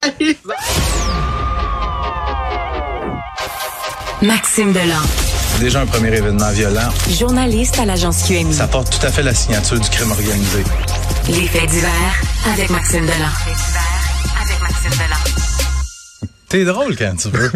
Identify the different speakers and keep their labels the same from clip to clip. Speaker 1: Allez, bye.
Speaker 2: Maxime Delan,
Speaker 3: C'est déjà un premier événement violent.
Speaker 2: journaliste à l'agence QMI.
Speaker 3: Ça porte tout à fait la signature du crime organisé.
Speaker 2: Les faits divers avec Maxime Delan. avec Maxime Delan.
Speaker 3: T'es drôle quand tu veux.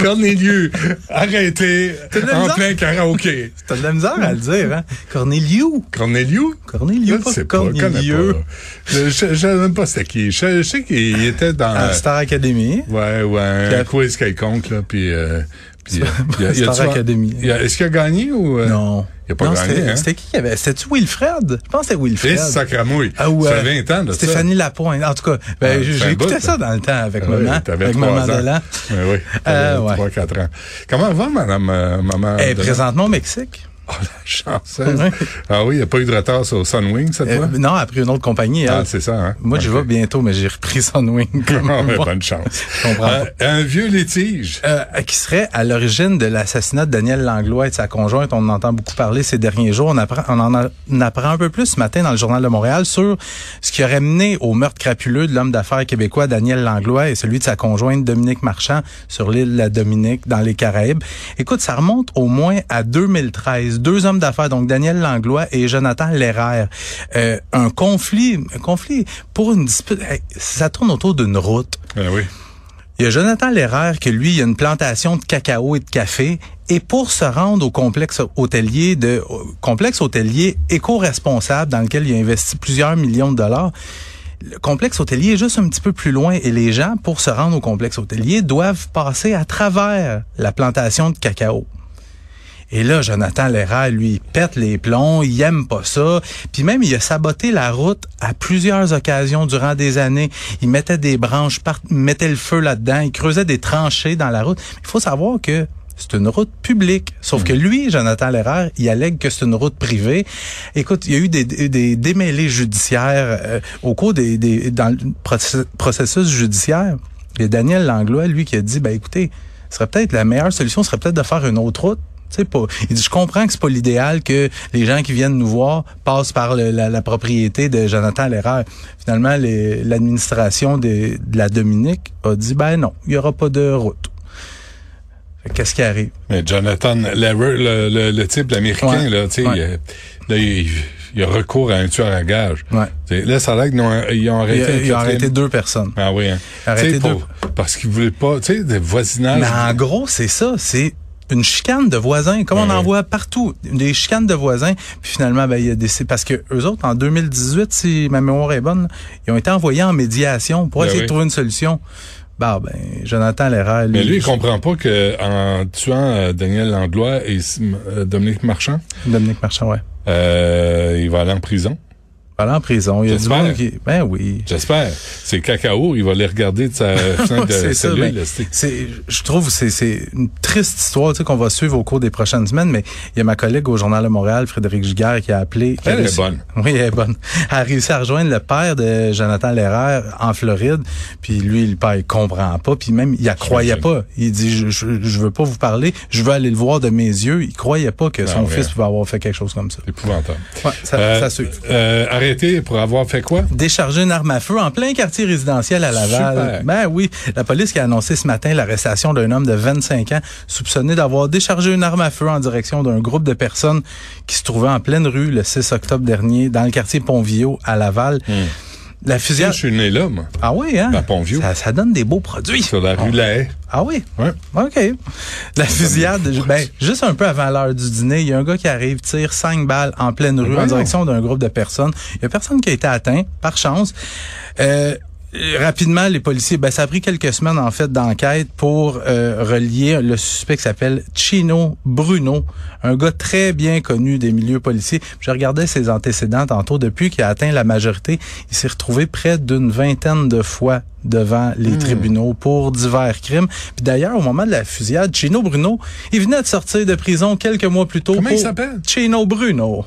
Speaker 4: Cornelieu, arrêtez
Speaker 3: de la
Speaker 4: en
Speaker 3: misère?
Speaker 4: plein karaoké.
Speaker 3: T'as de la misère à le dire, hein? Corneliu.
Speaker 4: Corneliu?
Speaker 3: Corneliu,
Speaker 4: Je
Speaker 3: pas
Speaker 4: sais pas, je
Speaker 3: Corneliu.
Speaker 4: connais pas. Je- Je je sais même pas c'est qui. Je, je sais qu'il était dans...
Speaker 3: À Star Academy.
Speaker 4: ouais, ouais,
Speaker 3: Puis à-
Speaker 4: un quiz quelconque, là, puis... euh, puis, il y a- il y a-
Speaker 3: Star
Speaker 4: tu-
Speaker 3: Academy.
Speaker 4: il y a- Est-ce qu'il a gagné ou... euh,
Speaker 3: Non.
Speaker 4: Il a pas
Speaker 3: Non,
Speaker 4: gagné,
Speaker 3: c'était-
Speaker 4: hein?
Speaker 3: C'était qui qui avait? C'était-tu Wilfred? Je pense que c'était Wilfred.
Speaker 4: Et Sacramouille.
Speaker 3: Ah ouais.
Speaker 4: Ça fait 20 ans de
Speaker 3: Stéphanie Lapointe. En tout cas, ben,
Speaker 4: Ah,
Speaker 3: j'ai
Speaker 4: c'est un
Speaker 3: j'ai écouté
Speaker 4: bout,
Speaker 3: ça dans le temps avec
Speaker 4: ça. Ouais,
Speaker 3: maman.
Speaker 4: t'avais
Speaker 3: avec
Speaker 4: trois
Speaker 3: maman
Speaker 4: ans.
Speaker 3: Delan.
Speaker 4: Oui, oui.
Speaker 3: Euh, ouais.
Speaker 4: 3-4 ans. Comment va, madame, euh, maman?
Speaker 3: Elle est
Speaker 4: Delan?
Speaker 3: présentement Eh, au Mexique.
Speaker 4: Oh, la chanceuse.
Speaker 3: Ouais.
Speaker 4: Ah oui, il n'y a pas eu de retard sur Sunwing cette
Speaker 3: Euh,
Speaker 4: fois?
Speaker 3: non, elle a pris une autre compagnie.
Speaker 4: Ah,
Speaker 3: elle.
Speaker 4: c'est ça, hein?
Speaker 3: Moi, je
Speaker 4: Ok.
Speaker 3: vais bientôt, mais j'ai repris Sunwing. comme
Speaker 4: Ah, ben,
Speaker 3: moi.
Speaker 4: bonne chance.
Speaker 3: Je comprends
Speaker 4: Euh, un vieux litige.
Speaker 3: Euh, qui serait à l'origine de l'assassinat de Daniel Langlois et de sa conjointe. On en entend beaucoup parler ces derniers jours. On, apprend, on en a- on apprend un peu plus ce matin dans le Journal de Montréal sur ce qui aurait mené au meurtre crapuleux de l'homme d'affaires québécois Daniel Langlois et celui de sa conjointe Dominique Marchand sur l'île de la Dominique dans les Caraïbes. Écoute, ça remonte au moins à 2013. Deux hommes d'affaires, donc Daniel Langlois et Jonathan Leraire. Euh, un conflit, un conflit pour une dispute. hey, Ça tourne autour d'une route.
Speaker 4: Ah oui.
Speaker 3: Il y a Jonathan Leraire que lui, il a une plantation de cacao et de café. Et pour se rendre au complexe hôtelier de au complexe hôtelier éco-responsable dans lequel il a investi plusieurs millions de dollars, le complexe hôtelier est juste un petit peu plus loin et les gens, pour se rendre au complexe hôtelier, doivent passer à travers la plantation de cacao. Et là, Jonathan Leraire, lui, il pète les plombs, il aime pas ça. Puis même, il a saboté la route à plusieurs occasions durant des années. Il mettait des branches, par- mettait le feu là-dedans, il creusait des tranchées dans la route. Il faut savoir que c'est une route publique. Sauf que lui, Jonathan Leraire, il allègue que c'est une route privée. Écoute, il y a eu des, des- des démêlés judiciaires euh, au cours des, des- dans le process- processus judiciaire. Il y a Daniel Langlois, lui, qui a dit, ben écoutez, ce serait peut-être la meilleure solution serait peut-être de faire une autre route. Tu sais, pas, il dit, je comprends que c'est pas l'idéal que les gens qui viennent nous voir passent par le- la, la propriété de Jonathan Leraire. Finalement, les- l'administration des- de, la Dominique a dit, ben non, il y aura pas de route. Fait que Qu'est-ce qui arrive?
Speaker 4: Mais Jonathan Lehrer, le, le- le type l'américain,
Speaker 3: Ouais.
Speaker 4: là, tu sais,
Speaker 3: Ouais.
Speaker 4: il, euh, là, il, il a recours à un tueur à gage.
Speaker 3: Ouais.
Speaker 4: Là, ça a l'air qu'ils ont, ils ont
Speaker 3: Il,
Speaker 4: arrêté.
Speaker 3: a- il a
Speaker 4: une quatrième-
Speaker 3: arrêté deux personnes.
Speaker 4: Ah oui, hein.
Speaker 3: Arrêté
Speaker 4: Tu sais,
Speaker 3: deux.
Speaker 4: pour- Parce qu'ils voulaient pas, tu sais, des voisinages.
Speaker 3: Mais en gros, c'est ça, c'est une chicane de voisins, comme on en
Speaker 4: Ouais.
Speaker 3: voit partout, des chicanes de voisins. Puis finalement, ben, il y a des, c'est parce que eux autres, en 2018, si ma mémoire est bonne, ils ont été envoyés en médiation pour
Speaker 4: Ben
Speaker 3: essayer
Speaker 4: oui.
Speaker 3: de trouver une solution. Bah, ben, Jonathan Leraire, lui,
Speaker 4: Mais lui, il comprend pas que en tuant euh, Daniel Langlois et euh, Dominique Marchand,
Speaker 3: Dominique Marchand, ouais.
Speaker 4: euh, il va aller en prison.
Speaker 3: Voilà, en prison. Il y a du
Speaker 4: J'espère.
Speaker 3: monde qui, ben oui.
Speaker 4: J'espère. C'est cacao, il va les regarder de sa fenêtre de
Speaker 3: c'est ça,
Speaker 4: cellule.
Speaker 3: mais
Speaker 4: là, c'est-
Speaker 3: c'est- je trouve que c'est c'est une triste histoire tu sais, qu'on va suivre au cours des prochaines semaines, mais il y a ma collègue au Journal de Montréal, Frédéric Giguère, qui a appelé. qui a
Speaker 4: Elle est
Speaker 3: réussi-
Speaker 4: bonne.
Speaker 3: Oui, elle est bonne. Elle a réussi à rejoindre le père de Jonathan Lehrer en Floride, puis lui, le père, il comprend pas, puis même, il la croyait pas. Il dit, je, je, je veux pas vous parler, je veux aller le voir de mes yeux. Il croyait pas que son
Speaker 4: ouais.
Speaker 3: fils pouvait avoir fait quelque chose comme ça.
Speaker 4: C'est épouvantable.
Speaker 3: Ouais, ça,
Speaker 4: Ben hein. Euh,
Speaker 3: ça suit.
Speaker 4: euh, arrêté pour avoir fait quoi?
Speaker 3: décharger une arme à feu en plein quartier résidentiel à Laval.
Speaker 4: Super.
Speaker 3: Ben oui, la police qui a annoncé ce matin l'arrestation d'un homme de 25 ans soupçonné d'avoir déchargé une arme à feu en direction d'un groupe de personnes qui se trouvaient en pleine rue le 6 octobre dernier dans le quartier Pontvio à Laval. La
Speaker 4: Hmm. Je
Speaker 3: fusillade...
Speaker 4: suis né là, moi.
Speaker 3: Ah oui, hein?
Speaker 4: À Pontvio.
Speaker 3: Ça, ça donne des beaux produits.
Speaker 4: Sur la rue La Haye.
Speaker 3: Ah oui?
Speaker 4: Ouais.
Speaker 3: OK. La fusillade, ben, juste un peu avant l'heure du dîner, il y a un gars qui arrive, tire cinq balles en pleine rue en
Speaker 4: Ben voyons.
Speaker 3: direction d'un groupe de personnes. Il y a personne qui a été atteint, par chance. Euh, rapidement, les policiers, ben, ça a pris quelques semaines, en fait, d'enquête pour euh, relier le suspect qui s'appelle Chino Bruno, un gars très bien connu des milieux policiers. Je regardais ses antécédents tantôt. Depuis qu'il a atteint la majorité, il s'est retrouvé près d'une vingtaine de fois devant les
Speaker 4: Hmm.
Speaker 3: tribunaux pour divers crimes. Puis d'ailleurs, au moment de la fusillade, Chino Bruno, il venait de sortir de prison quelques mois plus tôt.
Speaker 4: Comment il
Speaker 3: pour-
Speaker 4: s'appelle?
Speaker 3: Chino Bruno.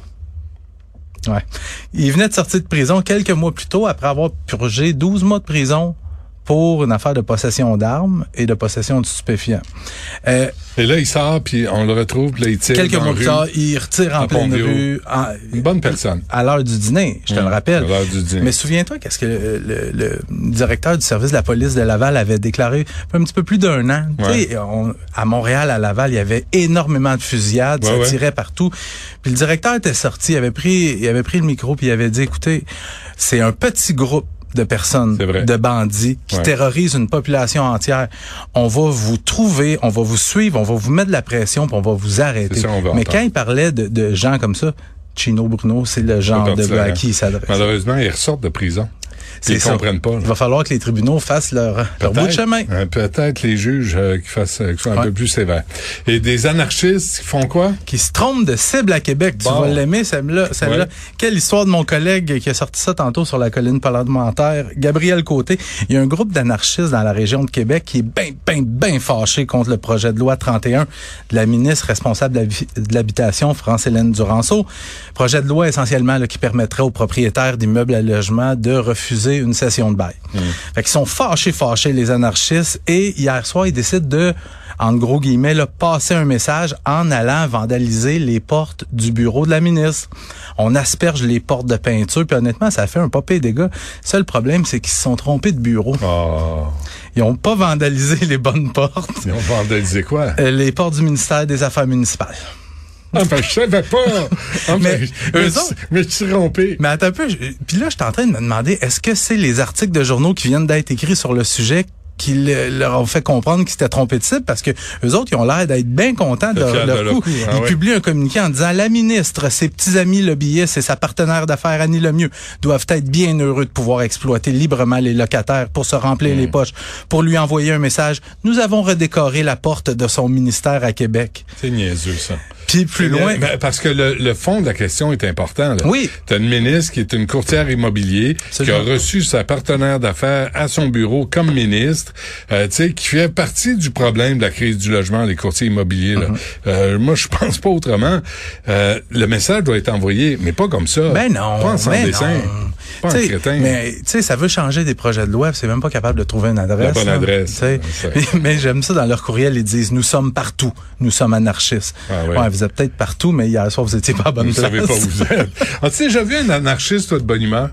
Speaker 3: Ouais. Il venait de sortir de prison quelques mois plus tôt après avoir purgé 12 mois de prison pour une affaire de possession d'armes et de possession de stupéfiants. Euh,
Speaker 4: Et là, il sort, puis on le retrouve, puis là, il tire
Speaker 3: quelques
Speaker 4: dans
Speaker 3: mois
Speaker 4: la
Speaker 3: plus
Speaker 4: rue.
Speaker 3: tard, il retire en
Speaker 4: à
Speaker 3: pleine
Speaker 4: Pont-Véo.
Speaker 3: rue. en-
Speaker 4: Une bonne personne.
Speaker 3: à l'heure du dîner, je te
Speaker 4: Mmh,
Speaker 3: le rappelle.
Speaker 4: à l'heure du dîner.
Speaker 3: Mais souviens-toi qu'est-ce que le, le- le directeur du service de la police de Laval avait déclaré un petit peu plus d'un an. Tu
Speaker 4: Ouais.
Speaker 3: sais, on- à Montréal, à Laval, il y avait énormément de fusillades, ça
Speaker 4: Ouais, ouais.
Speaker 3: tirait partout. Puis le directeur était sorti, il avait pris, il avait pris le micro puis il avait dit, écoutez, c'est un petit groupe de personnes,
Speaker 4: C'est vrai.
Speaker 3: de bandits qui
Speaker 4: Ouais.
Speaker 3: terrorisent une population entière. On va vous trouver, on va vous suivre, on va vous mettre de la pression, puis on va vous arrêter.
Speaker 4: C'est ça, on va
Speaker 3: Mais
Speaker 4: entendre.
Speaker 3: quand il parlait de, de gens comme ça, Chino Bruno, c'est le genre de
Speaker 4: Tortillard.
Speaker 3: à qui il s'adresse.
Speaker 4: hein. Malheureusement, ils ressortent de prison.
Speaker 3: C'est
Speaker 4: ils
Speaker 3: ça.
Speaker 4: comprennent pas, là.
Speaker 3: Il va falloir que les tribunaux fassent leur, leur bout de
Speaker 4: Peut-être.
Speaker 3: chemin.
Speaker 4: Euh, Peut-être les juges euh, qui, fassent, euh, qui soient un
Speaker 3: Ouais.
Speaker 4: peu plus sévères. Et des anarchistes qui font quoi?
Speaker 3: Qui se trompent de cible à Québec.
Speaker 4: Bon.
Speaker 3: Tu vas l'aimer, celle-là. celle-là.
Speaker 4: Ouais.
Speaker 3: Quelle histoire de mon collègue qui a sorti ça tantôt sur la colline parlementaire, Gabriel Côté. Il y a un groupe d'anarchistes dans la région de Québec qui est bien, bien, bien fâché contre le projet de loi 31 de la ministre responsable de la vi- de l'habitation, France-Hélène Duranceau. Projet de loi essentiellement là, qui permettrait aux propriétaires d'immeubles à logement de refuser une session de bail. Fait qu'ils sont fâchés, fâchés, les anarchistes. Et hier soir, ils décident de en gros guillemets, là, passer un message en allant vandaliser les portes du bureau de la ministre. On asperge les portes de peinture, puis honnêtement, ça fait un popé des gars. Seul problème, c'est qu'ils se sont trompés de bureau.
Speaker 4: Oh,
Speaker 3: Ils ont pas vandalisé les bonnes portes,
Speaker 4: ils ont vandalisé quoi?
Speaker 3: euh, les portes du ministère des Affaires municipales.
Speaker 4: Ah, ben, je savais pas! Ah,
Speaker 3: Mais
Speaker 4: ben, je-
Speaker 3: eux
Speaker 4: je-
Speaker 3: autres-
Speaker 4: mais je suis trompé.
Speaker 3: Mais attends un peu, je- puis là, je suis en train de me demander, est-ce que c'est les articles de journaux qui viennent d'être écrits sur le sujet qui le- leur ont fait comprendre qu'ils s'étaient trompés de cible parce que eux autres, ils ont l'air d'être bien contents de
Speaker 4: Fiers
Speaker 3: leur,
Speaker 4: de
Speaker 3: leur
Speaker 4: leur
Speaker 3: coup. ah
Speaker 4: coup, hein,
Speaker 3: ils
Speaker 4: ouais.
Speaker 3: publient un communiqué en disant, la ministre, ses petits amis lobbyistes et sa partenaire d'affaires Annie Lemieux doivent être bien heureux de pouvoir exploiter librement les locataires pour se remplir les poches, pour lui envoyer un message. Nous avons redécoré la porte de son ministère à Québec. ben,
Speaker 4: C'est niaiseux, ça.
Speaker 3: Puis plus loin,
Speaker 4: Mais- mais ben, parce que le, le fond de la question est important. Là.
Speaker 3: Oui.
Speaker 4: T'as une ministre qui est une courtière immobilier,
Speaker 3: Absolument.
Speaker 4: qui a reçu sa partenaire d'affaires à son bureau comme ministre, euh, tu sais, qui fait partie du problème de la crise du logement, les courtiers immobiliers.
Speaker 3: Uh-huh.
Speaker 4: là. Euh, moi, je pense pas autrement. Euh, le message doit être envoyé, mais pas comme ça.
Speaker 3: Ben non.
Speaker 4: Pas en sans
Speaker 3: ben
Speaker 4: dessin.
Speaker 3: non.
Speaker 4: Pas en
Speaker 3: T'sais,
Speaker 4: crétin.
Speaker 3: Mais tu sais, ça veut changer des projets de loi, puis c'est même pas capable de trouver une adresse.
Speaker 4: bonne
Speaker 3: là.
Speaker 4: adresse,
Speaker 3: T'sais.
Speaker 4: c'est-
Speaker 3: Mais, mais j'aime ça dans leur courriel, ils disent nous sommes partout, nous sommes anarchistes.
Speaker 4: Ah ouais.
Speaker 3: vous êtes peut-être partout, mais hier soir vous étiez pas à bonne
Speaker 4: Vous
Speaker 3: place.
Speaker 4: savez pas où vous êtes. As-tu déjà vu un anarchiste, toi, de bonne humeur?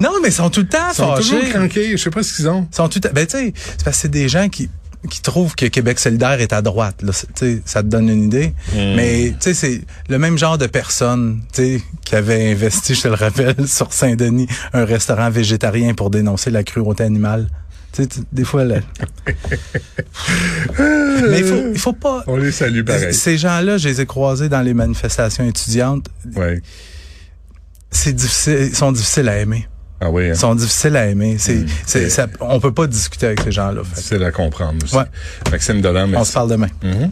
Speaker 3: Non, mais ils sont tout le temps
Speaker 4: Ils sont
Speaker 3: fâchés.
Speaker 4: toujours cranqués. Je sais pas ce qu'ils ont.
Speaker 3: Ils sont tout le temps- ben tu sais, c'est parce que c'est des gens qui qui trouvent que Québec solidaire est à droite. Là. C'est- t'sais, ça te donne une idée. Mais tu sais, c'est le même genre de personne tu sais, qui avait investi, je te le rappelle, sur Saint-Denis, un restaurant végétarien pour dénoncer la cruauté animale. Tu sais, tu- des fois, là... Mais il faut, il faut pas...
Speaker 4: On les salue pareil.
Speaker 3: Ces gens-là, je les ai croisés dans les manifestations étudiantes.
Speaker 4: Ouais.
Speaker 3: C'est difficile, ils sont difficiles à aimer.
Speaker 4: Ah oui. hein.
Speaker 3: Ils sont difficiles à aimer. C'est, c'est,
Speaker 4: C'est-
Speaker 3: ça- on peut pas discuter avec ces gens-là. fait.
Speaker 4: difficile à comprendre aussi.
Speaker 3: Ouais.
Speaker 4: Maxime Dolan,
Speaker 3: On
Speaker 4: merci.
Speaker 3: se parle demain.